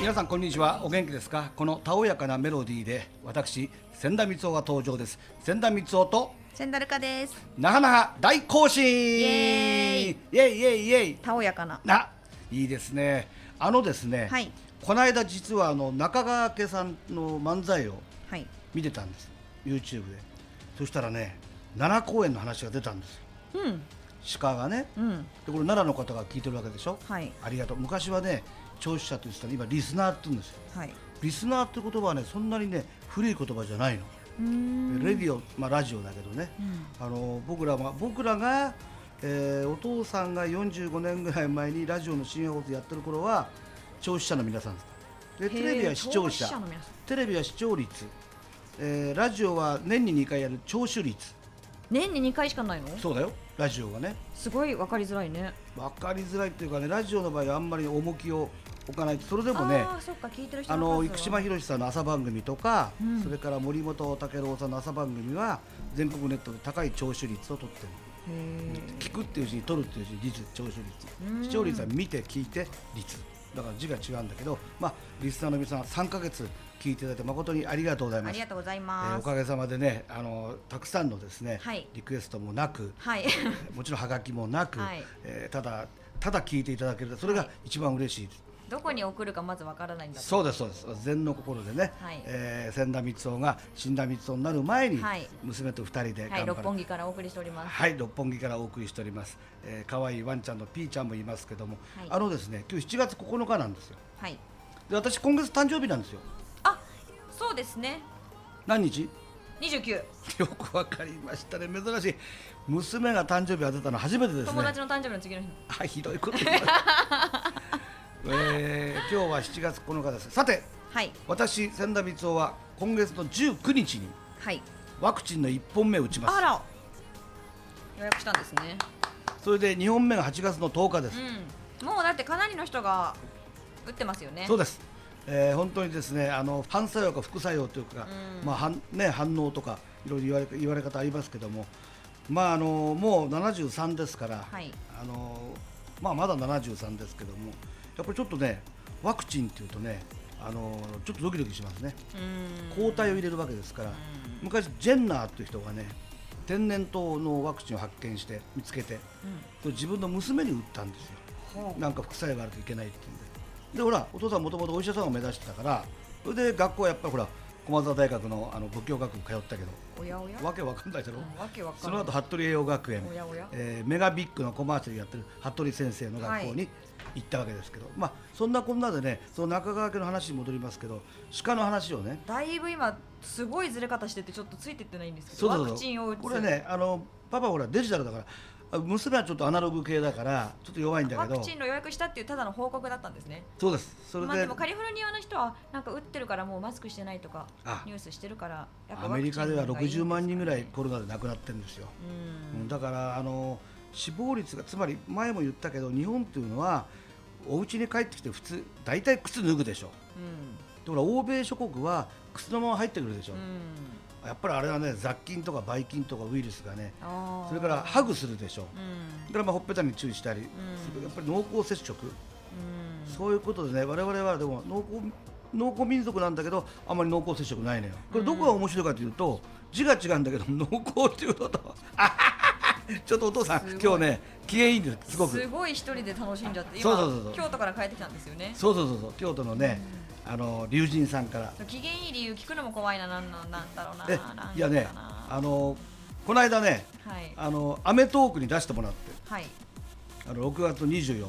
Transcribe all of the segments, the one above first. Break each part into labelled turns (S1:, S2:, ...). S1: 皆さんこんにちはお元気ですかこのたおやかなメロディーで私千田光雄が登場です千田光雄と
S2: センダルカです。
S1: なかなか大行進イ
S2: エーイ
S1: イエイイエイイエイ
S2: たおやかな。
S1: ないいですねあのですね、
S2: はい
S1: この間実はあの中川家さんの漫才を
S2: はい。
S1: 見てたんです YouTube でそしたらね奈良公園の話が出たんですよ
S2: うん。
S1: 鹿がね
S2: うん。
S1: でこれ奈良の方が聞いてるわけでしょ、
S2: はい
S1: ありがとう昔はね聴取者と言ってたの今リスナーって言うんですよ
S2: はい。
S1: リスナーって言葉はねそんなにね古い言葉じゃないの、
S2: うーん。
S1: レディオ、まあ、ラジオだけどね、あの僕らは僕らが、えーお父さんが45年ぐらい前にラジオの深夜放送やってる頃は聴取者の皆さんですで
S2: へー
S1: テレビは視聴
S2: 聴
S1: 者
S2: 取者の皆さん
S1: テレビは視聴率、えーラジオは年に2回やる聴取率
S2: 年に2回しかないの
S1: そうだよラジオはね
S2: すごい分かりづらいね。
S1: 分かりづらいっていうかねラジオの場合はあんまり重きを置かないそれでもね
S2: ああ、そっか、聞いてる人
S1: あ
S2: の数は
S1: の生島博さんの朝番組とか、
S2: うん
S1: それから森本武郎さんの朝番組は全国ネットで高い聴取率を取ってる、
S2: へー
S1: 聞くっていう字に取るっていう字に率聴取
S2: うん
S1: 率視聴率は見て聞いて率だから字が違うんだけど、まあ、リスナーの皆さん3か月聞いていただいて誠にありがとうござい
S2: あ
S1: ま
S2: り
S1: す
S2: がとうござい
S1: えー
S2: ま
S1: お
S2: す。
S1: かげさまでねあのたくさんのですね、
S2: はい
S1: リクエストもなく
S2: はい。
S1: もちろんはがきもなく、
S2: はい
S1: えーただただ聞いていただけるそれが一番嬉しいです。
S2: どこに送るかまず分からないんだと。
S1: そうですそうです禅の心でね、
S2: はい
S1: えー千田光雄が死んだ光雄になる前に、
S2: はい
S1: 娘と二人で頑張る、
S2: はい、六本木からお送りしております。
S1: はい六本木からお送りしております、えー、可愛いワンちゃんのピーちゃんもいますけども、
S2: はい
S1: あのですね今日7月9日なんですよ
S2: はい。
S1: で私今月誕生日なんですよ
S2: あ、そうですね。
S1: 何日
S2: 29。
S1: よくわかりましたね珍しい娘が誕生日当てたの初めてですね
S2: 友達の誕生日の次の日。
S1: あひどいこと言いました えー今日は7月9日ですさて
S2: はい。
S1: 私千田光雄は今月の19日に
S2: はい。
S1: ワクチンの1本目を打ちます
S2: あら。予約したんですね。
S1: それで2本目が8月の10日です、
S2: うん。もうだってかなりの人が打ってますよね。
S1: そうです、えー本当にですねあの反作用か副作用というか、
S2: うん
S1: まあ反ね、反応とかいろいろ言われ言われ方ありますけども、まあ、あのもう73ですから、
S2: はい
S1: あのまあ、まだ73ですけどもやっぱりちょっとねワクチンっていうとねあのちょっとドキドキしますね
S2: うん。
S1: 抗体を入れるわけですから、昔ジェンナーっていう人がね天然痘のワクチンを発見して見つけてそれ自分の娘に打ったんですよ
S2: ほう
S1: なんか副作用があるといけないって言うんででほらお父さんもともとお医者さんを目指してたからそれで学校はやっぱりほら駒澤大学のあの仏教学部通ったけど
S2: おやおや。
S1: わけわかんないだろ、
S2: うんわけわかんない
S1: その後服部栄養学園
S2: おやおや
S1: えーメガビッグのコマーシャルやってる服部先生の学校
S2: は
S1: に行ったわけですけど、まあそんなこんなでねその中川家の話に戻りますけど鹿の話をね
S2: だいぶ今すごいずれ方しててちょっとついてってないんですけ
S1: そ
S2: ど
S1: うそう
S2: ワ
S1: そう
S2: クチンを打つ
S1: これねあのパパほらデジタルだからあ娘はちょっとアナログ系だからちょっと弱いんだ
S2: ワ
S1: けど
S2: クチンの予約したっていうただの報告だったんですね
S1: そうですそれ
S2: まあでもカリフォルニアの人はなんか打ってるからもうマスクしてないとか
S1: あ
S2: ニュースしてるからやっぱ
S1: アメリカでは
S2: ワクチン
S1: 60
S2: の方がい
S1: 万
S2: いんで
S1: 人
S2: す
S1: ぐ
S2: からね
S1: いコロナで亡くなってるんですよ、
S2: うん
S1: だからあの死亡率がつまり前も言ったけど日本っていうのはお家に帰ってきて普通大体靴脱ぐでしょだから欧米諸国は靴のまま入ってくるでしょ、
S2: うんうん
S1: やっぱりあれはね雑菌とかばい菌とかウイルスがね
S2: あー
S1: それからハグするでしょ
S2: うん
S1: だからまあほっぺたに注意したりする、
S2: うん
S1: やっぱり濃厚接触、
S2: うん
S1: そういうことでね我々はでも農耕農耕民族なんだけどあまり濃厚接触ないのよこれどこが面白いかというと、字が違うんだけど 濃厚っていうこと はあはははちょっとお父さ
S2: すご
S1: ん
S2: い
S1: 今日ね機嫌いいんですすごく
S2: すごい一人で楽しんじゃって
S1: そう
S2: 今
S1: そうそうそう
S2: 京都から帰ってきたんですよね
S1: そうそうそうそう京都のね、あの龍神さんから
S2: 機嫌いい理由聞くのも怖いななんなんなんだろうな
S1: え
S2: なんだろうない
S1: やねあのこの間ね
S2: はい
S1: あのアメトークに出してもらって
S2: はい
S1: あの6月24日
S2: はい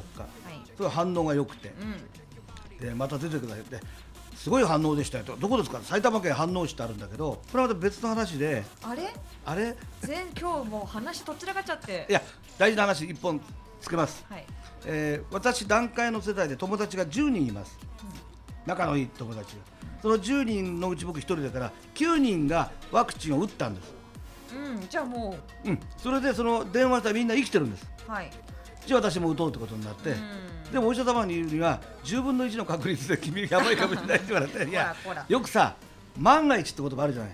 S1: それ反応が良くて、
S2: うん
S1: でまた出てくださいってすごい反応でしたよとどこですか埼玉県反応市ってあるんだけどこれはまた別の話で
S2: あれ
S1: あれ
S2: 全今日もう話とっちらかっちゃって
S1: いや大事な話一本つけます、
S2: はい
S1: えー私団塊の世代で友達が10人います、仲のいい友達がその10人のうち僕1人だから9人がワクチンを打ったんです
S2: うんじゃあも
S1: うんそれでその電話したらみんな生きてるんです
S2: うはい
S1: じゃあ私も打とうってことになって、
S2: うん
S1: でもお医者様に言うには10分の1の確率で君やばいかもしれないって言われ ていや
S2: ほらほら
S1: よくさ万が一って言葉あるじゃない、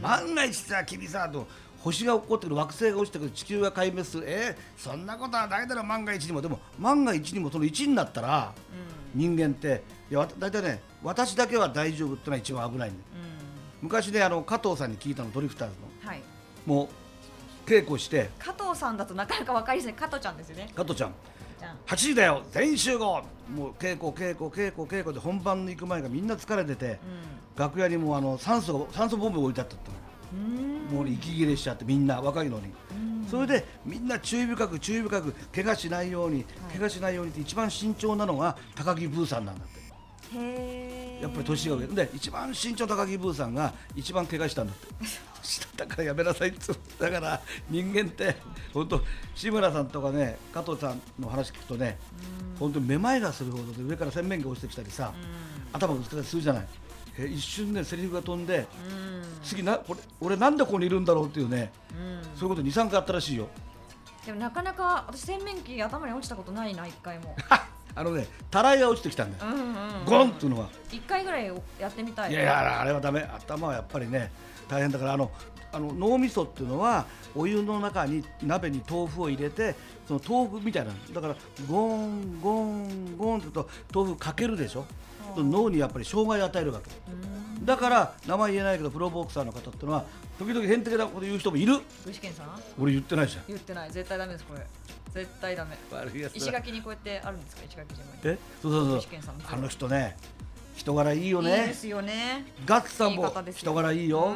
S1: 万が一さ君さと星が起こってくる惑星が落ちてくる地球が壊滅するえーそんなことはないだろ万が一にもでも万が一にもその1になったら人間っていやわた大体ね私だけは大丈夫ってのは一番危ないんで
S2: う
S1: 昔ねあの加藤さんに聞いたのドリフターズ
S2: んはい
S1: のもう稽古して
S2: 加藤さんだとなかなかわかりづらい加藤ちゃんですよね
S1: 加藤ちゃん
S2: じゃん
S1: 8時だよ全員集合もう稽古稽古稽古稽古で本番に行く前がみんな疲れてて楽屋にもうあの酸素が酸素ボンベ置いてあったっての
S2: うん
S1: もう俺息切れしちゃってみんな若いのに
S2: うん
S1: それでみんな注意深く注意深く怪我しないように
S2: はい
S1: 怪我しないようにって一番慎重なのが高木ブーさんなんだって
S2: へえ
S1: やっぱり年が上で一番身長高木ブーさんが一番怪我したんだって 年だったからやめなさいっつってだから人間って本当志村さんとかね加藤さんの話聞くとね本当にめまいがするほどで上から洗面が落ちてきたりさ頭がぶつかったりするじゃないえ一瞬ねセリフが飛んで
S2: うん
S1: 次なこれ俺なんでここにいるんだろうっていうね
S2: うん
S1: そういうこと23回あったらしいよ
S2: でもなかなか私洗面器頭に落ちたことないな一回も
S1: あのねたらいが落ちてきたんだ
S2: う
S1: よ
S2: んうんうん
S1: ゴンっていうのは
S2: 一回ぐらいやってみたい
S1: いやいやあれはダメ頭はやっぱりね大変だからあのあの脳みそっていうのはお湯の中に鍋に豆腐を入れてその豆腐みたいなだからゴーンゴーンゴーンって言うと豆腐かけるでしょ
S2: うん
S1: 脳にやっぱり障害を与えるわけ
S2: うん
S1: だから名前言えないけどプロボクサーの方っていうのは時々へんてけなこと言う人もいる
S2: 具志堅さん
S1: 俺言ってないじゃん
S2: 言ってない絶対ダメですこれ絶対ダメ
S1: 悪いや
S2: 石垣にこうやってあるんですか石垣島に
S1: えそうそう
S2: 具
S1: そ
S2: 志
S1: う
S2: 堅さんの
S1: あの人ね人柄いいよね
S2: いいですよね
S1: ガッツさん
S2: い
S1: も
S2: い方ですよ
S1: 人柄いいよ
S2: うん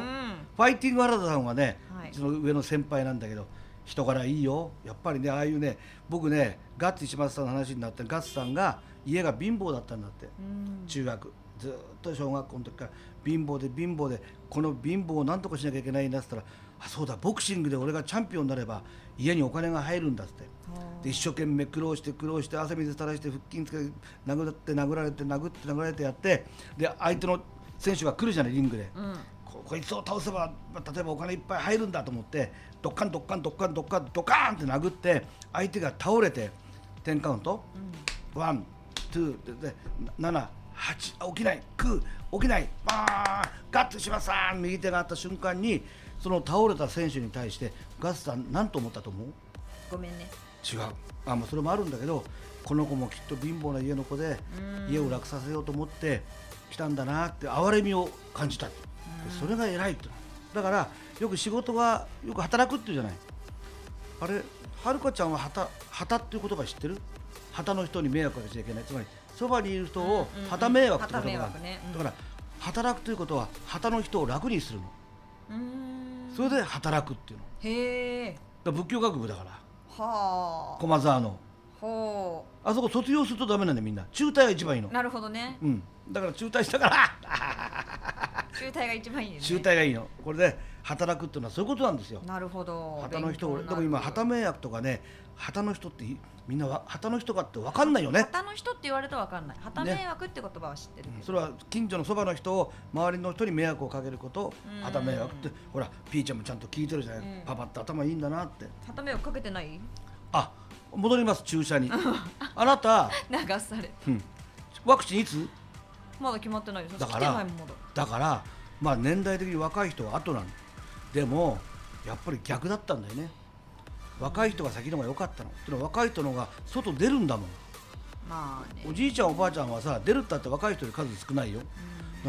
S1: ファイティング原田さんはね、
S2: はいう
S1: ちの上の先輩なんだけど人柄いいよやっぱりねああいうね僕ねガッツ石松さんの話になってガッツさんが家が貧乏だったんだって、
S2: うん
S1: 中学ずっと小学校の時から貧乏で貧乏でこの貧乏をなんとかしなきゃいけないんだっつったらあそうだボクシングで俺がチャンピオンになれば家にお金が入るんだっつって。で一生懸命苦労して苦労して汗水垂らして腹筋つけて殴って殴られて殴って殴られてやってで相手の選手が来るじゃないリングで、
S2: うん
S1: ここいつを倒せばまあ例えばお金いっぱい入るんだと思ってドッカンドッカンドッカンドッカンドカーンって殴って相手が倒れて10カウントワン、ツー、で、で七、八、あ起きない、九、起きない、バーン、ガッツしますさん、右手があった瞬間に、その倒れた選手に対して、ガッツさん、なんと思ったと思う
S2: ごめんね
S1: 違うあ、まあ、それもあるんだけどこの子もきっと貧乏な家の子で
S2: うん
S1: 家を楽させようと思って来たんだなって哀れみを感じたってそれが偉いってだからよく仕事はよく働くっていうじゃないあれはるかちゃんは旗旗っていう言葉知ってる旗の人に迷惑かけちゃいけないつまりそばにいる人を
S2: うんうんうん
S1: 旗迷惑って言葉があ
S2: 旗迷
S1: る、
S2: 惑ねうん
S1: だから働くということは旗の人を楽にするの
S2: うん
S1: それで働くっていうのだか
S2: へえ
S1: ら仏教学部だから
S2: はあ
S1: 駒沢の。
S2: ほ
S1: あそこ卒業するとダメなんだよみんな中退が一番いいうの、
S2: なるほどね
S1: うん、だから中退したから
S2: 中退が一番いいです
S1: 中
S2: ね
S1: 退がいいのこれで働くっていうのはそういうことなんですよ
S2: なるほど
S1: 旗の
S2: 勉強
S1: 人俺
S2: に
S1: で
S2: なる
S1: も今旗迷惑とかね旗の人っていみんなわ旗の人かって分かんないよね
S2: 旗の人って言われたらわかんない旗迷惑って言葉は知ってるけど
S1: それは近所のそばの人を周りの人に迷惑をかけること
S2: うん
S1: 旗迷惑ってほらピーちゃんもちゃんと聞いてるじゃない、
S2: うん
S1: パパって頭いいんだなって
S2: 旗迷惑かけてない
S1: あ戻ります注射にあなた、
S2: 流され
S1: うんワクチンいつ
S2: まだ決まってないよ
S1: だ
S2: 来
S1: から
S2: てないもんまだ
S1: だから、まあ、年代的に若い人は後なのでもやっぱり逆だったんだよね若い人が先の方が良かったのってのは若い人の方が外出るんだもん
S2: まあね
S1: おじいちゃんおばあちゃんはさ出るったって若い人より数少ないよ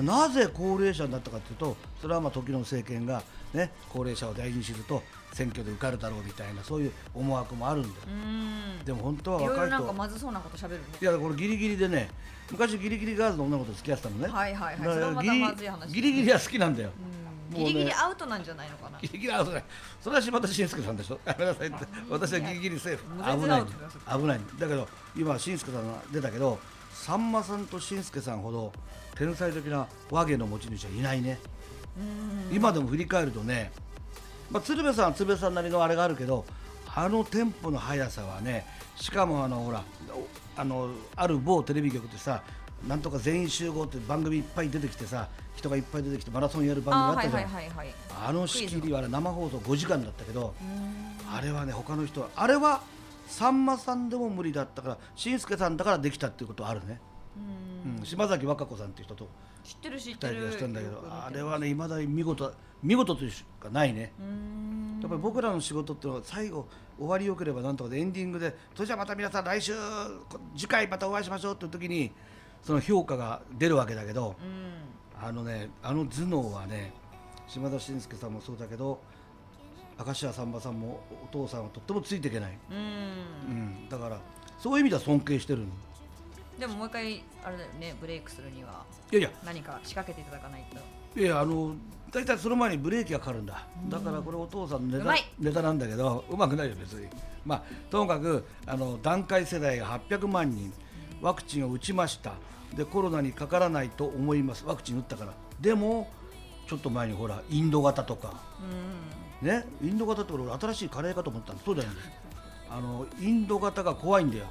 S1: なぜ高齢者になったかというとそれはまあ時の政権が、ね、高齢者を大事にすると選挙で受かるだろうみたいなそういう思惑もあるんだよ
S2: うーん
S1: でも本当は
S2: ろ
S1: い
S2: い
S1: 若
S2: ろ
S1: い
S2: な
S1: 人
S2: んか
S1: は
S2: まずそうなこと喋るね
S1: いやこれギリギリでね昔ギリギリガールズの女の子と付き合ってたのね、
S2: はいはいはい
S1: だ
S2: それは
S1: か
S2: また
S1: ら
S2: まず
S1: ギ
S2: い話
S1: リギリギリは好きなんだよ、
S2: うん
S1: もうね
S2: ギリギリアウトなんじゃないのかな
S1: ギリギリアウトだそれは柴田伸介さんでしょやめなさいって私はギリギリセーフ
S2: もう全
S1: 危
S2: 然
S1: な
S2: ア
S1: い
S2: ウトだよそ
S1: 危ないだけど今伸介さんが出たけどさんまさんと伸介さんほど天才的な和芸の持ち主はいないね
S2: うん
S1: 今でも振り返るとね、まあ、鶴瓶さんは鶴瓶さんなりのあれがあるけどあのテンポの速さはねしかもあのほらおあのある某テレビ局でさ「なんとか全員集合」って番組いっぱい出てきてさ人がいっぱい出てきてマラソンやる
S2: あ
S1: 番組があっ
S2: はい
S1: たじ
S2: は
S1: ゃ
S2: い
S1: ん
S2: はいはい
S1: あの仕切りはね生放送5時間だったけど、
S2: うん
S1: あれはね他の人はあれはさんまさんでも無理だったから紳助さんだからできたっていうことはあるね、
S2: うん
S1: うん、島崎和歌子さんっていう人と
S2: 知ってる知っ
S1: 2人
S2: て
S1: で
S2: る
S1: やってたんだけど
S2: よく見てる
S1: あれはねいまだに見事見事としかないね
S2: うーん
S1: やっぱり僕らの仕事ってのは最後終わりよければなんとかでエンディングでそれじゃあまた皆さん来週こ次回またお会いしましょうっていう時にその評価が出るわけだけど
S2: うん
S1: あのねあの頭脳はね島田紳介さんもそうだけど明石家さんまさんもお父さんはとってもついていけない、
S2: う
S1: うんん、だからそういう意味では尊敬してるの
S2: でももう一回あれだよねブレイクするにはい
S1: やいや
S2: 何か仕掛けていただかないと
S1: いやあの大体その前にブレーキがかかるんだだからこれお父さん
S2: う
S1: のネタ
S2: まい
S1: ネタなんだけどうまくないよ別にまあともかくあの団塊世代が800万人ワクチンを打ちましたでコロナにかからないと思いますワクチン打ったからでもちょっと前にほらインド型とか
S2: うん
S1: ねインド型って俺新しいカレーかと思ったのそうだよねあのインド型が怖いんだよ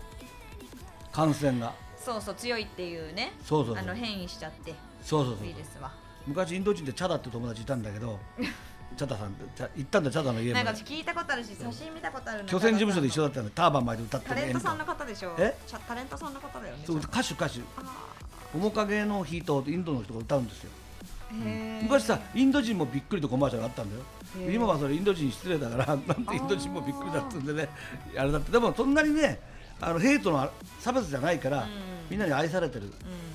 S1: 感染が
S2: そうそう強いっていうね
S1: そうそうそう
S2: あの変異しちゃって
S1: そうそうそう
S2: いいですわ
S1: 昔インド人でチャダって友達いたんだ けどチャダさんってチャ行ったんだチャダの家ま
S2: なん
S1: で
S2: か私聞いたことあるし写真見たことあるな
S1: 巨船事務所で一緒だ
S2: だ
S1: ったのターバン巻いて歌って
S2: タ
S1: る
S2: レントさん
S1: 演歌
S2: の方でしょ
S1: え
S2: ちゃタレントさんの方だよね
S1: そう
S2: ちゃんと
S1: 歌手歌手
S2: あ
S1: 面影の日とインドの人が歌うんですよ
S2: ーへー
S1: 昔さインド人もびっくりとコマーシャルあったんだよ
S2: へー
S1: 今はそれインド人失礼だから なんてインド人もびっくりだっつうんでねあれだってでもそんなにねあのヘイトの差別じゃないから、
S2: うん
S1: みんなに愛されてる、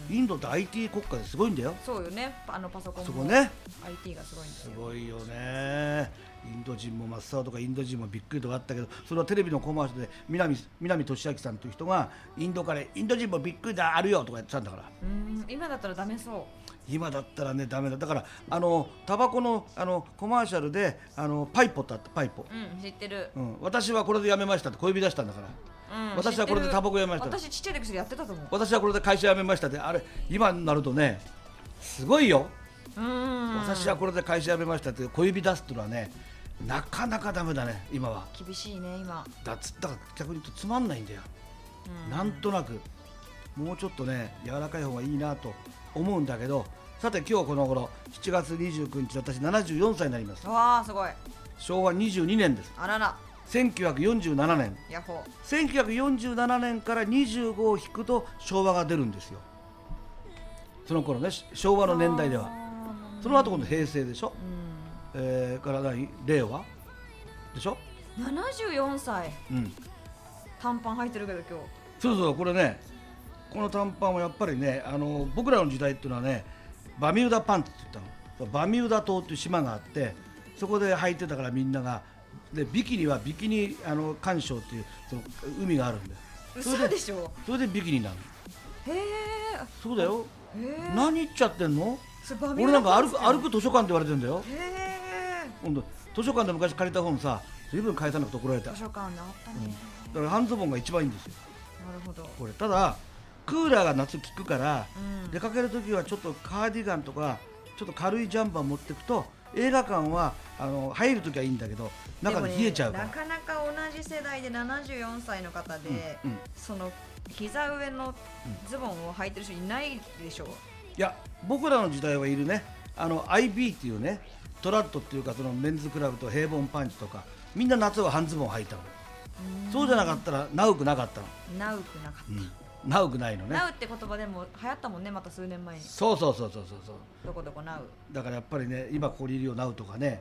S2: う
S1: インドって IT 国家ですごいんだよ
S2: そうよねあのパソコン
S1: そ
S2: も
S1: こね
S2: IT がすごいんです
S1: す
S2: よ
S1: ごいよねインド人も真っ青とかインド人もびっくりとかあったけどそれはテレビのコマーシャルで南南俊明さんという人がインドカレーインド人もびっくりだあるよとか言ってたんだから
S2: うーん今だったらダメそう
S1: 今だったらねダメだだからあのタバコのあのコマーシャルであのパイポってあったパイポ、
S2: うん知ってる
S1: うん、私はこれでやめましたって小指出したんだから
S2: うん
S1: 私はこれでタバコやめました
S2: 知ってる私ちっちゃい時それやってたと思う
S1: 私はこれで会社辞めましたってあれ今になるとねすごいよ
S2: うーん
S1: 私はこれで会社辞めましたって小指出すっていうのはねなかなかダメだね今は。
S2: 厳しいね今
S1: だつだから逆に言うとつまんないんだよ、
S2: うん
S1: なんとなくもうちょっとね柔らかい方がいいなと思うんだけどさて今日この頃7月29日私74歳になります
S2: わあすごい
S1: 昭和22年です
S2: あらら
S1: 1947年
S2: ヤッホー
S1: 1947年から25を引くと昭和が出るんですよその頃ねし昭和の年代では
S2: あー
S1: その後今度平成でしょ
S2: う、ん
S1: えー、から何令和でしょ
S2: 74歳
S1: うん
S2: 短パン履いてるけど今日
S1: そうそうこれねこの短パンはやっぱりねあの僕らの時代っていうのはねバミューダパンツって言ったのバミューダ島っていう島があってそこで履いてたからみんながでビキニはビキニあの干渉っていうその海があるんだよそ
S2: 嘘で
S1: れで
S2: しょ
S1: それでビキニなの
S2: へえ
S1: そうだよ
S2: へえ
S1: 何言っちゃってんの
S2: それバミュ
S1: 俺
S2: ー
S1: な
S2: ダ
S1: んか歩
S2: パンツ
S1: く歩く図書館って言われてんだよ
S2: へえ
S1: 今度図書館で昔借りた本さ随分返さなくて怒られた
S2: 図
S1: だ
S2: 書館なったね、
S1: から半ズボンが一番いいんですよ
S2: なるほど
S1: これただクーラーが夏効くから、
S2: うん
S1: 出かける時はちょっとカーディガンとかちょっと軽いジャンパー持ってくと映画館はあの入る時はいいんだけど中で冷えちゃうから、
S2: でもねなかなか同じ世代で74歳の方で、
S1: うんうん
S2: その膝上のズボンを履いてる人いないでしょう、
S1: いや僕らの時代はいるねあの IB っていうねトラットっていうかそのメンズクラブと平凡パンチとかみんな夏は半ズボン履いたのそうじゃなかったら長くなかったの、
S2: ナウくなかっ
S1: うん、長くないの
S2: た、
S1: ね
S2: ナウって言葉でも流行ったもんねまた数年前に
S1: そうそうそうそうそうそう
S2: どこどこナウ
S1: だからやっぱりね今ここにいるよなうとかね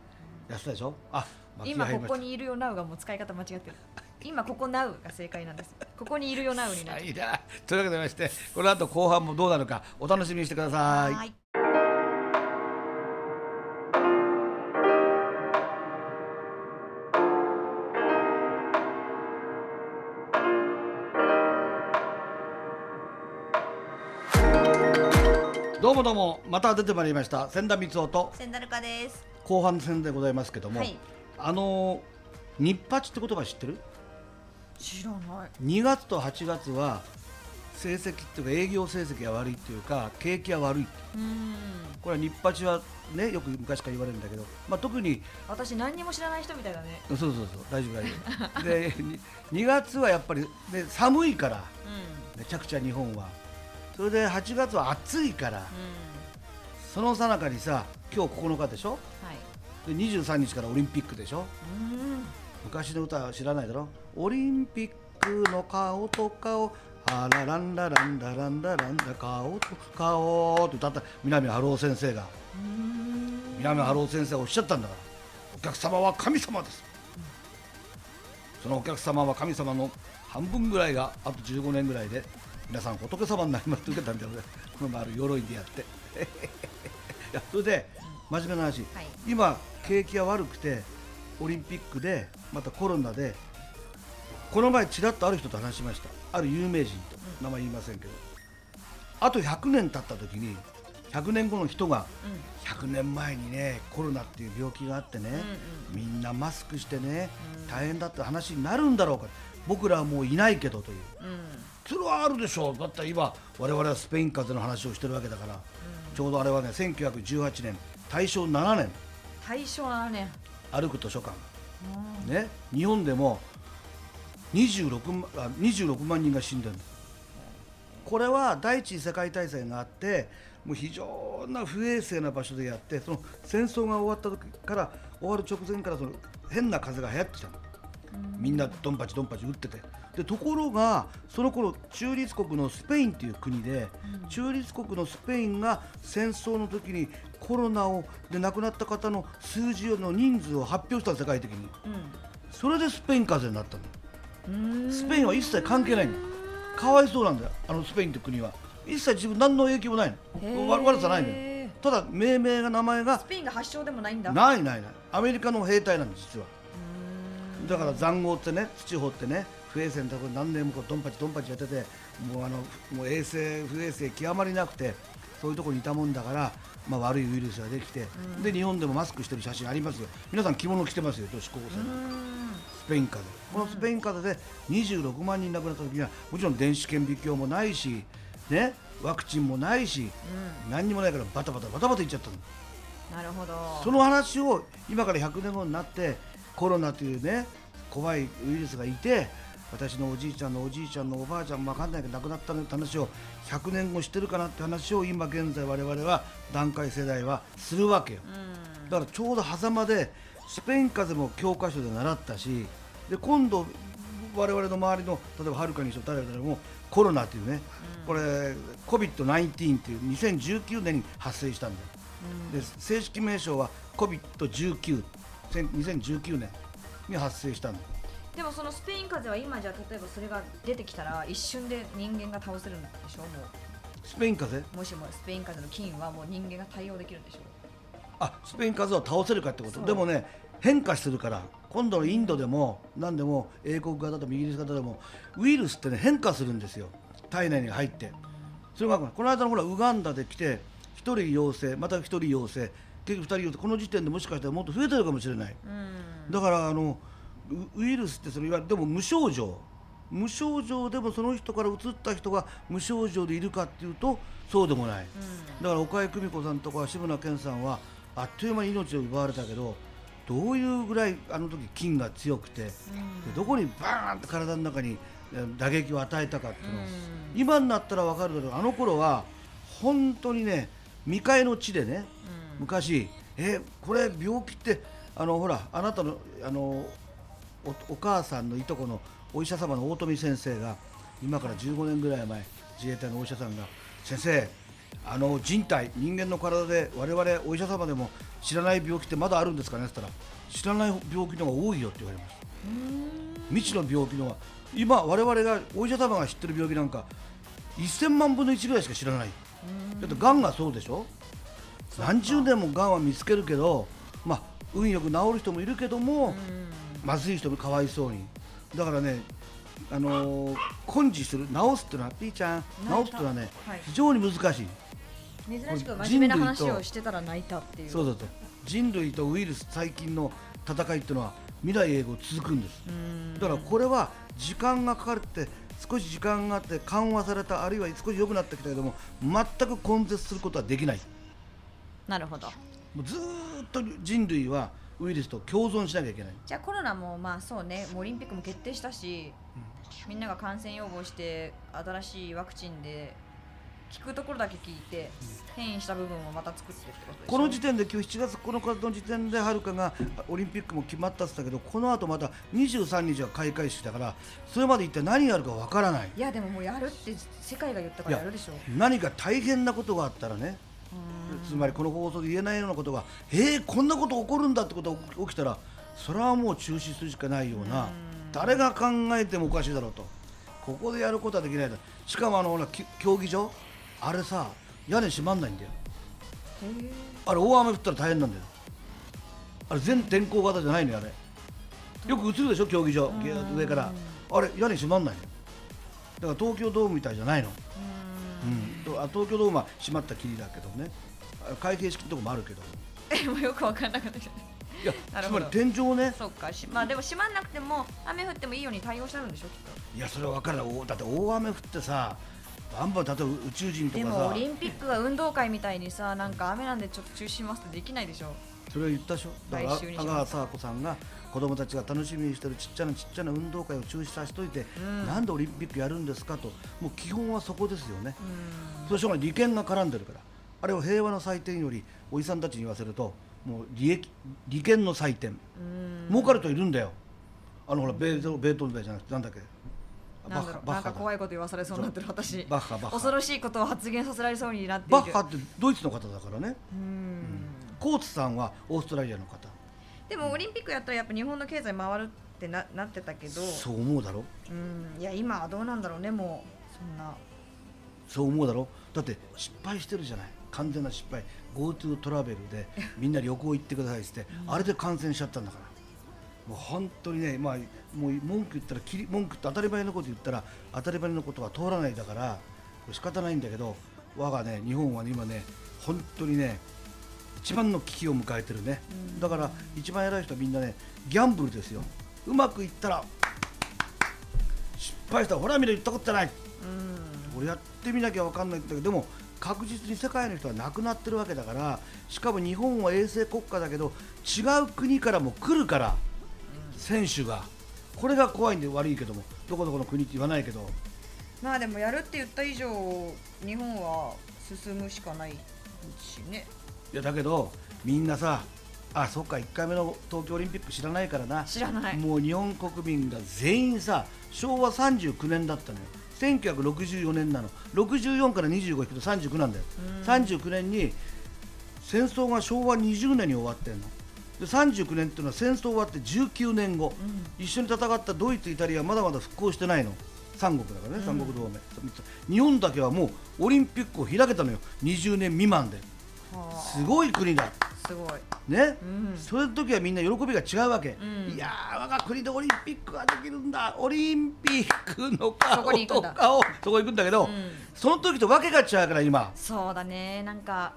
S1: やってたでしょあ松井
S2: 今
S1: 入
S2: こ
S1: りました
S2: こにいるよナウがもう使い方間違ってる今ここナウが正解なんですここにいるよナウにな
S1: は
S2: る
S1: いなというわけでございましてこの後後半もどうなるかお楽しみにしてください
S2: はーい
S1: どうもどうもまた出てまいりました千田光雄と
S2: センダルカです
S1: 後半戦でございますけども、
S2: はい
S1: あの日八って言葉知ってる
S2: 知らない
S1: 2月と8月は成績っていうか営業成績が悪いっていうか景気が悪いう
S2: ーん
S1: これは日八はねよく昔から言われるんだけど、まあ、特に
S2: 私何にも知らない人みたいだね
S1: そうそうそう大丈夫大丈 夫で2月はやっぱり、ね、寒いから
S2: う
S1: めちゃくちゃ日本はそれで8月は暑いから
S2: んうん
S1: その最中にさ今日9日でしょ
S2: はい
S1: で23日からオリンピックでしょ
S2: うーん
S1: 昔の歌は知らないだろオリンピックの顔と顔あららんららんららんららんら顔と顔と歌った南春夫先生が南春夫先生がおっしゃったんだからお客様は神様です、そのお客様は神様の半分ぐらいがあと15年ぐらいで皆さん仏様になりますって受けたみたいなのでこの丸鎧でやって いやそれで真面目な話、
S2: はい
S1: 今景気が悪くてオリンピックでまたコロナでこの前ちらっとある人と話しましたある有名人と名前言いませんけどあと100年経った時に100年後の人が100年前にねコロナっていう病気があってね、みんなマスクしてね大変だって話になるんだろうか僕らはもういないけどという
S2: うん
S1: それはあるでしょうだって今我々はスペイン風邪の話をしてるわけだから、ちょうどあれはね1918年大正7年
S2: 大正7年
S1: 歩く図書館、ね、日本でも26万あ26万人が死んでるんだこれは第一次世界大戦があってもう非常な不衛生な場所でやってその戦争が終わった時から終わる直前からその変な風が流行ってきたのみんなドンパチドンパチ打っててでところがその頃中立国のスペインという国で、中立国のスペインが戦争の時にコロナをで亡くなった方の数字の人数を発表したの世界的にそれでスペイン風邪になったの。
S2: うんうーん
S1: スペインは一切関係ないのかわいそうなんだよあのスペインって国は一切自分何の影響もない
S2: へ
S1: の
S2: ー
S1: わ悪さないのよただ命名が名前が
S2: スペインが発祥でもないんだ
S1: ないないないアメリカの兵隊なんです実はだから塹壕ってね土掘ってね不衛生のところ何年もこうドンパチドンパチやっててもうあのもう衛生不衛生極まりなくてそういうところにいたもんだから、まあ、悪いウイルスができて、で日本でもマスクしてる写真ありますよ皆さん着物着てますよ女子高生の
S2: うーん
S1: スペイン風邪このスペイン風邪で26万人亡くなった時にはもちろん電子顕微鏡もないし、ね、ワクチンもないし、何にもないからバタバタバタバタいっちゃったの
S2: なるほど
S1: その話を今から100年後になってコロナというね怖いウイルスがいて私のおじいちゃんのおじいちゃんのおばあちゃんわかんないけど亡くなったのって話を100年後してるかなって話を今現在我々は団塊世代はするわけよ。
S2: うん
S1: だからちょうど狭間でスペイン風邪も教科書で習ったしで今度我々の周りの例えばはるかにしろ誰々もコロナというね、これ COVID-19 っていう2019年に発生したんだよ、で正式名称は COVID-19 せん2019年に発生したんだよ
S2: でもそのスペイン風邪は今じゃ例えばそれが出てきたら一瞬で人間が倒せるんでしょも
S1: スペイン風邪
S2: うもしもスペイン風邪の菌はもう人間が対応できるんでしょ
S1: あスペイン風邪を倒せるかってこと
S2: そう
S1: でもね変化するから今度のインドでも何でも英国型でもイギリス型でもウイルスってね変化するんですよ体内に入ってそれがこの間のほらウガンダで来て1人陽性また1人陽性結局2人陽性この時点でもしかしたらもっと増えてるかもしれない、
S2: うん
S1: だからあのウウイルスってそれいわゆるでも無症状無症状でもその人からうつった人が無症状でいるかっていうとそうでもない、だから岡井久美子さんとか志村けんさんはあっという間に命を奪われたけどどういうぐらいあの時菌が強くて、でどこにバーンって体の中にえー打撃を与えたかっていうのを、
S2: うん
S1: 今になったら分かるけどあの頃は本当にね未開の地でね、昔えこれ病気ってあのほらあなたのあのおお母さんのいとこのお医者様の大富先生が今から15年ぐらい前自衛隊のお医者さんが先生あの人体人間の体で我々お医者様でも知らない病気ってまだあるんですかねって言ったら知らない病気の方が多いよって言われました未知の病気のは今我々がお医者様が知ってる病気なんか1000万分の1ぐらいしか知らないだってがんがそうでしょ何十年もがんは見つけるけど、まあ、運よく治る人もいるけども、まずい人もかわいそうにだからね、あのー根治する治すっていうのはピーちゃん
S2: 泣いた
S1: 治すっていうのはね、
S2: はい
S1: 非常に難しい
S2: 珍しく
S1: これ
S2: 真面目な
S1: 人類と
S2: 話をしてたら泣いたっていう
S1: そうだと人類とウイルス最近の戦いっていうのは未来永劫続くんですだからこれは時間がかかるって少し時間があって緩和されたあるいは少し良くなってきたけども全く根絶することはできない
S2: なるほど
S1: もうずーっと人類はウイルスと共存しなきゃいけない
S2: じゃあコロナもまあそうねもうオリンピックも決定したし、みんなが感染予防して新しいワクチンで聞くところだけ聞いて変異した部分をまた作ってってことでしょ
S1: この時点で今日7月9日の時点ではるかがあオリンピックも決まったって言ったけどこの後また23日が開会式だからそれまで一体何があるかわからない
S2: いやでももうやるって世界が言ったからやるでしょ
S1: 何か大変なことがあったらねつまりこの放送で言えないようなことがえー、こんなこと起こるんだってことが起きたらそれはもう中止するしかないような誰が考えてもおかしいだろうとここでやることはできないだしかもあのほらき競技場あれさ屋根閉まんないんだよ
S2: へえ
S1: あれ大雨降ったら大変なんだよあれ全天候型じゃないのよあれよく映るでしょ競技場ぎゅーっと上からあれ屋根閉まんないのだから東京ドームみたいじゃないの、うんとあ東京ドームは閉まったきりだけどねあ開閉式のとこもあるけど
S2: えもうよくわかんなく なってきた
S1: いや
S2: なる
S1: つ
S2: ほ
S1: ま
S2: ど
S1: り天井をね
S2: そうかしまあでも閉まんなくても雨降ってもいいように対応してあるんでしょきっと
S1: いやそれは分からないおだって大雨降ってさバンバン例えば宇宙人と
S2: で
S1: か
S2: も
S1: さ
S2: オリンピックは運動会みたいにさなんか雨なんでちょっと中止しますってできないでしょ
S1: それを言ったでしょだから
S2: 来週にしま
S1: 阿
S2: す
S1: 川佐和子さんが子供たちが楽しみにしてるちっちゃなちっちゃな運動会を中止させといて、なんでオリンピックやるんですかともう基本はそこですよね、それしょうがない利権が絡んでるからあれを平和の祭典よりおじさんたちに言わせるともう利益利権の祭典儲かる人いるんだよあのほらベートベートーベンじゃなくてなんだっけ
S2: なんだろうなんか怖いこと言わされそうになってる私
S1: バッハバッハ
S2: 恐ろしいことを発言させられそうになっている
S1: バッハってドイツの方だからね
S2: うん
S1: コーツさんはオーストラリアの方
S2: でもオリンピックやったらやっぱ日本の経済回るってななってたけど
S1: そう思うだろ
S2: うんいや今はどうなんだろうねもうそんな
S1: そう思うだろだって失敗してるじゃない完全な失敗 GoTo トラベルでみんな旅行行ってくださいっつって、あれで感染しちゃったんだからもう本当にね、まあ、もう文句言ったらきり文句って当たり前のこと言ったら当たり前のことは通らないだからこれ仕方ないんだけど我がね日本はね今ね本当にね一番の危機を迎えてるね、だから一番偉い人はみんなねギャンブルですようまくいったら失敗したらほら見ろ言ったことじゃない
S2: うん
S1: 俺やってみなきゃ分かんないんだけどでも確実に世界の人は亡くなってるわけだからしかも日本は衛星国家だけど違う国からも来るから選手がこれが怖いんで悪いけどもどこどこの国って言わないけど
S2: まあでもやるって言った以上日本は進むしかないしね
S1: いやだけどみんなさあそっか1回目の東京オリンピック知らないからな
S2: 知らない
S1: もう日本国民が全員さ昭和39年だったのよ1964年なの64から25引くと39なんだよ39年に戦争が昭和20年に終わってんので39年っていうのは戦争終わって19年後、一緒に戦ったドイツ、イタリアはまだまだ復興してないの三国だからね、三国同盟三つ日本だけはもうオリンピックを開けたのよ20年未満で
S2: は
S1: すごい国だ
S2: あすごい
S1: ね、
S2: うん
S1: そういう時はみんな喜びが違うわけ、
S2: うん
S1: いやー我が国でオリンピックができるんだオリンピック
S2: そ
S1: の顔
S2: こに行く
S1: と
S2: んだ
S1: 顔そこ行くんだけど、
S2: うん
S1: その時とわけが違うから今
S2: そうだねなんか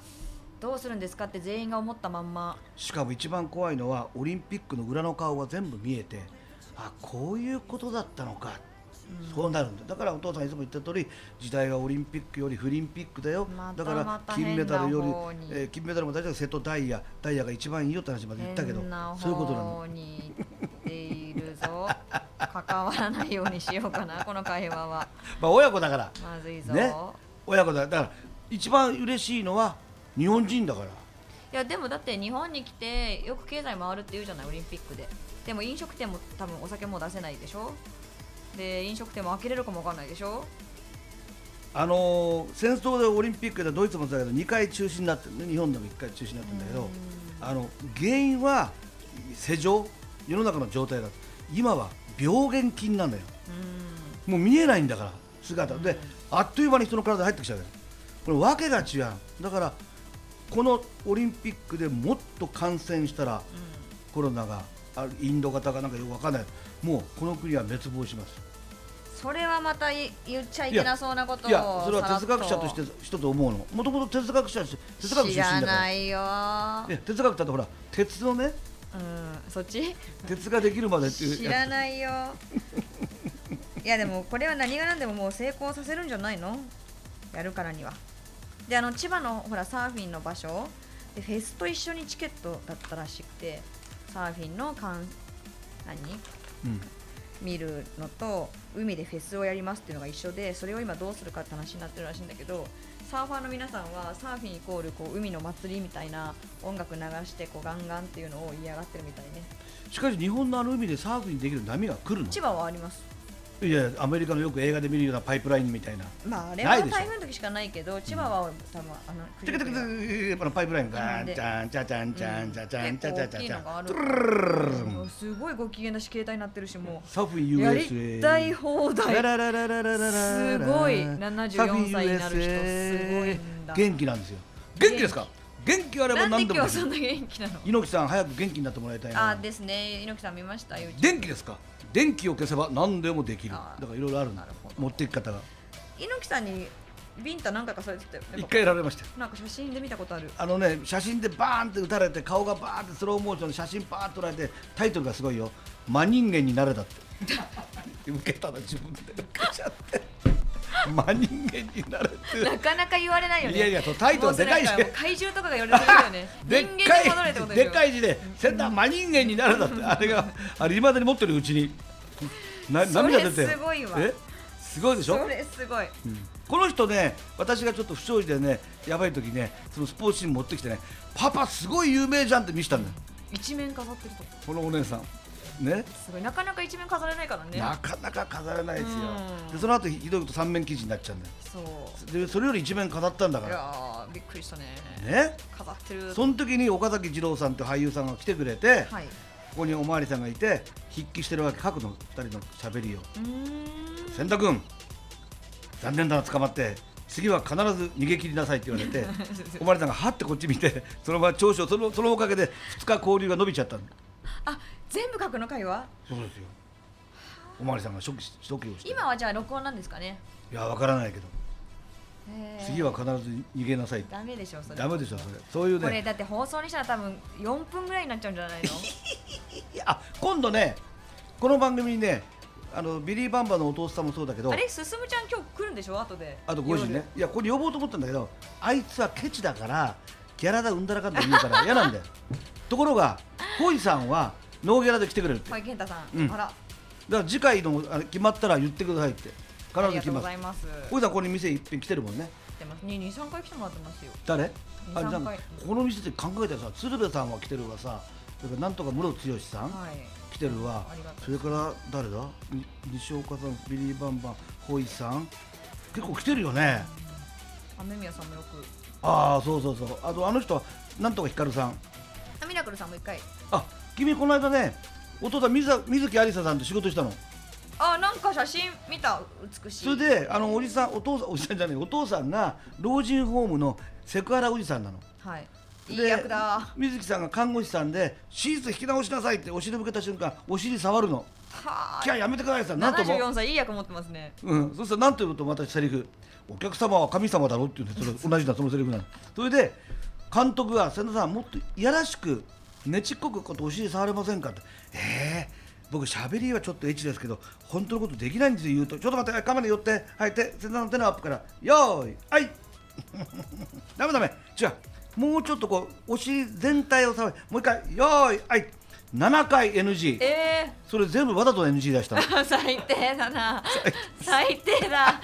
S2: どうするんですかって全員が思ったまんま
S1: しかも一番怖いのはオリンピックの裏の顔が全部見えてあこういうことだったのか、そうなるんだだからお父さんいつも言った通り時代はオリンピックよりフリンピックだよ、
S2: また
S1: だから
S2: また
S1: 金メダルより
S2: 変な方に、
S1: えー金メダルも大事だけど瀬戸大也ダイヤが一番いいよって話まで言ったけど
S2: 変な
S1: そういうことなの。
S2: 方に行っているぞ関わらないようにしようか なこの会話は
S1: まあ、親子だから、
S2: まずいぞ、
S1: ね親子だだから一番嬉しいのは日本人だから
S2: いやでもだって日本に来てよく経済回るって言うじゃないオリンピックででも飲食店も多分お酒もう出せないでしょで飲食店も開けれるかもわかんないでしょ
S1: あのー戦争でオリンピックでドイツもそうだけど2回中止になってるね日本でも1回中止になってるんだけどあの原因は世情世の中の状態だと今は病原菌なんだよ
S2: うん
S1: もう見えないんだから姿であっという間に人の体に入ってきちゃうよこれ訳が違うだからこのオリンピックでもっと感染したらコロナがあインド型かなんかよくわかんないもうこの国は滅亡します
S2: それはまたい言っちゃい
S1: いや
S2: けなそうなことを
S1: いやそれは哲学者
S2: さらっ
S1: として人と思うのもともと哲学者として哲学出
S2: 知
S1: 身だ
S2: ら
S1: から
S2: ないよ
S1: いや哲学だとほら鉄のね
S2: うんそっち
S1: 鉄ができるまでっていう
S2: 知らないよいやでもこれは何が何でももう成功させるんじゃないのやるからにはであの千葉のほらサーフィンの場所でフェスと一緒にチケットだったらしくてサーフィンのかん何
S1: うん
S2: 見るのと海でフェスをやりますっていうのが一緒でそれを今どうするかって話になってるらしいんだけどサーファーの皆さんはサーフィンイコールこう海の祭りみたいな音楽流してこうガンガンっていうのを嫌がってるみたいね
S1: しかし日本のあの海でサーフィンできる波が来るの
S2: 千葉はあります
S1: いやアメリカのよく映画で見るようなパイプラインみたいな
S2: まああれ
S1: な
S2: はい
S1: でしょ
S2: 台風の時しかないけど千葉は多分あの
S1: テクテクテ
S2: 結
S1: クやっぱパイプラインがチャンチャチャンチャンチャチャンチャ
S2: 構
S1: チャ
S2: 大き
S1: チャ
S2: い
S1: チャ
S2: のがあ
S1: ン
S2: る
S1: ト
S2: か
S1: ゥル
S2: ら
S1: ルルルル
S2: そうすごいご機嫌だし携帯になってるしも
S1: サーフィ
S2: う
S1: ン USA
S2: やりたい放題
S1: ラララララララ
S2: すごい74歳になる人すごいんだ
S1: 元気なんですよ元気ですか元気あれば
S2: なんで
S1: 何
S2: 今
S1: でも
S2: 日
S1: です
S2: そんな元気なの
S1: 猪木さん早く元気になってもらいたい
S2: あ
S1: な
S2: ですね猪木さん見ました YouTube
S1: 電気ですか電気を消せば何でもできる
S2: あー
S1: だからいろいろあるんだ
S2: なるほど
S1: 持っていき方が
S2: 猪木さんにビンタ何回かされてたよ
S1: 一回やられましたよ
S2: なんか写真で見たことある
S1: あのね写真でバーンって打たれて顔がバーンってスローモーションで写真バーンと撮られてタイトルがすごいよ「真人間になれ」だって受けたら自分で受けちゃって「真人間になれ」って
S2: なかなか言われないよね
S1: いやいやそうタイトルでかいし
S2: もうそれなんもう怪獣とかが言われてるよね
S1: でっ
S2: 人
S1: か
S2: 間
S1: い
S2: に戻れってことで
S1: ですっ
S2: よ
S1: かい字で「センター真人間になれ」だってあれがあれいまだに持ってるうちにな
S2: それ
S1: 涙出て
S2: すごいわ
S1: えすごいでしょ
S2: それすごい
S1: この人ね、私がちょっと不祥事でね、やばい時ね、そのスポーツチーム持ってきてね、パパすごい有名じゃんって見せたんだよ、
S2: 一面飾ってると
S1: このお姉さん。ね、
S2: すごいなかなか一面飾れないからね
S1: なかなか飾れないですよ
S2: う。ん
S1: で、その後ひどいこと三面記事になっちゃうんだ
S2: そう
S1: よ。で、それより一面飾ったんだか
S2: い
S1: ら。
S2: やーびっくりしたね
S1: ね、
S2: 飾ってる
S1: その時に岡崎二郎さんという俳優さんが来てくれて、
S2: はい
S1: ここにおまわりさんがいて、筆記してるわけ、過去の二人の喋りを。
S2: うーん
S1: 千田君残念だな捕まって次は必ず逃げ切りなさいって言わ れておまりさんがはってこっち見てそのまま長所そのそのおかげで2日交流が伸びちゃったん
S2: あ全部書くの会話
S1: そうですよおまりさんが初期し初期をしてい
S2: 今はじゃあ録音なんですかね
S1: やわからないけど
S2: へー
S1: 次は必ず逃げなさいって
S2: ダメでしょそれ
S1: ダメでしょそれそういう
S2: これ
S1: ね
S2: だって放送にしたら多分4分ぐらいになっちゃうんじゃないの
S1: いやあ今度ねこの番組にねあのビリー・バンバのお父さんもそうだけど
S2: あれすすむちゃん今日来るんでしょ後で
S1: あと5時ねいやここに呼ぼうと思ったんだけどあいつはケチだからギャラだうんだらかんだ言う から嫌なんだよところが浩次さんはノーギャラで来てくれるって、
S2: 夜はい健太さん、
S1: うん
S2: あら
S1: だから次回のあ決まったら言ってくださいって
S2: あ
S1: 必
S2: り
S1: ず
S2: が
S1: 来
S2: とうご
S1: ま
S2: ざ
S1: す
S2: います
S1: 浩次さんここに店一遍来てるもんね
S2: 来てます二三回来てもらってますよ
S1: 誰
S2: 二三回
S1: あなんかここの店で考えたらさ鶴瓶さんは来てるわさそれからなんとか室剛さん、
S2: はい
S1: 来てるわ
S2: ありがと
S1: それから誰だに西岡さんビリー・バンバン浩次さん結構来てるよね
S2: 雨宮さんもよく
S1: ああそうそうそうあとあの人はなんとかひかるさん
S2: あミラクルさんも一回
S1: あ君この間ねお父さん水田水木有沙さんと仕事したの
S2: あなんか写真見た美しい
S1: それであのおじさんお父さんおじさんじゃないお父さんが老人ホームのセクハラおじさんなの
S2: はいいい
S1: で
S2: 役だ
S1: 水木さんが看護師さんで手術引き直しなさいってお尻向けた瞬間お尻触るの
S2: は
S1: 「キャ
S2: ー
S1: ー
S2: い
S1: やめてください」って言ったらなんとも
S2: 74歳いい役持ってますね
S1: うん、そしたらなんていうことまたセリフお客様は神様だろって言うんでそれ同じだそのセリフなのそれで監督が千田さんもっといやらしくねちっこくことお尻触れませんかってえー、僕しゃべりはちょっとエッチですけど本当のことできないんですよ言うとちょっと待ってカメラ寄ってはい手千田さんの手のアップからよーいはい ダメダメ違うもうちょっとこうお尻全体を触るもう一回よーいはい7回 NG
S2: えー
S1: それ全部わざと NG 出したの
S2: 最低だな最低だ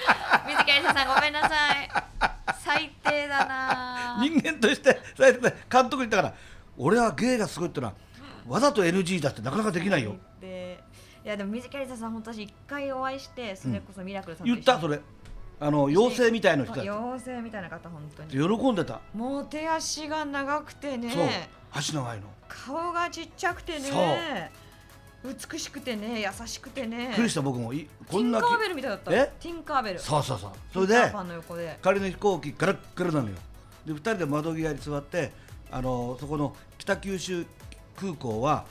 S2: 水木有沙さんごめんなさい最低だな
S1: 人間として最初ね監督に言ったから俺は芸がすごいってのはわざと NG だってなかなかできないよ
S2: でいやでも水木有沙さん本当私一回お会いしてそれこそミラクルさんと一緒
S1: 言ったそれあの妖精みたいな人だって
S2: 妖精みたいな方本当に
S1: 喜んでた
S2: もう手足が長くて
S1: そう
S2: ね
S1: 足長いの
S2: 顔がちっちゃくてね美しくてね優しくてね
S1: びっくりした僕もい
S2: テ
S1: こ
S2: ィ
S1: ん
S2: ンカ
S1: なき
S2: ーベルみたいだった
S1: え
S2: ティンカーベル
S1: そうそうそうそれ
S2: ティンカ
S1: で
S2: ーパンの横で
S1: 仮の飛行機ガラッガラなのよで2人で窓際に座ってあのそこの北九州空港は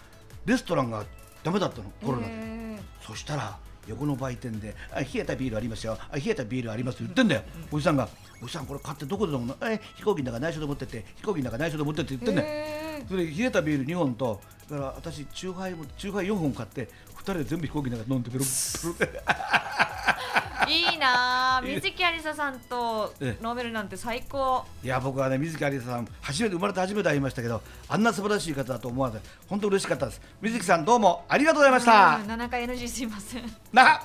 S1: レストランがダメだったのコロナで、
S2: へ
S1: そしたら横の売店であ「冷えたビールありますよあ冷えたビールあります」言ってんだよおじさんが「おじさんこれ買ってどこで飲むのえ飛行機の中内緒で持ってって飛行機の中内緒で持ってって」言って
S2: ー
S1: んだよ
S2: へ
S1: それ冷えたビール2本とだから私チューハイもチューハイ4本買って2人で全部飛行機の中飲んでペロッペロッ
S2: ーいい なあ水木有沙さんと
S1: ええ
S2: 飲めるなんて最高
S1: いや僕はね水木有りさん初めて生まれて初めて会いましたけどあんな素晴らしい方だと思わず本当嬉しかったです水木さんどうもありがとうございました
S2: うん7回 NG すいません
S1: な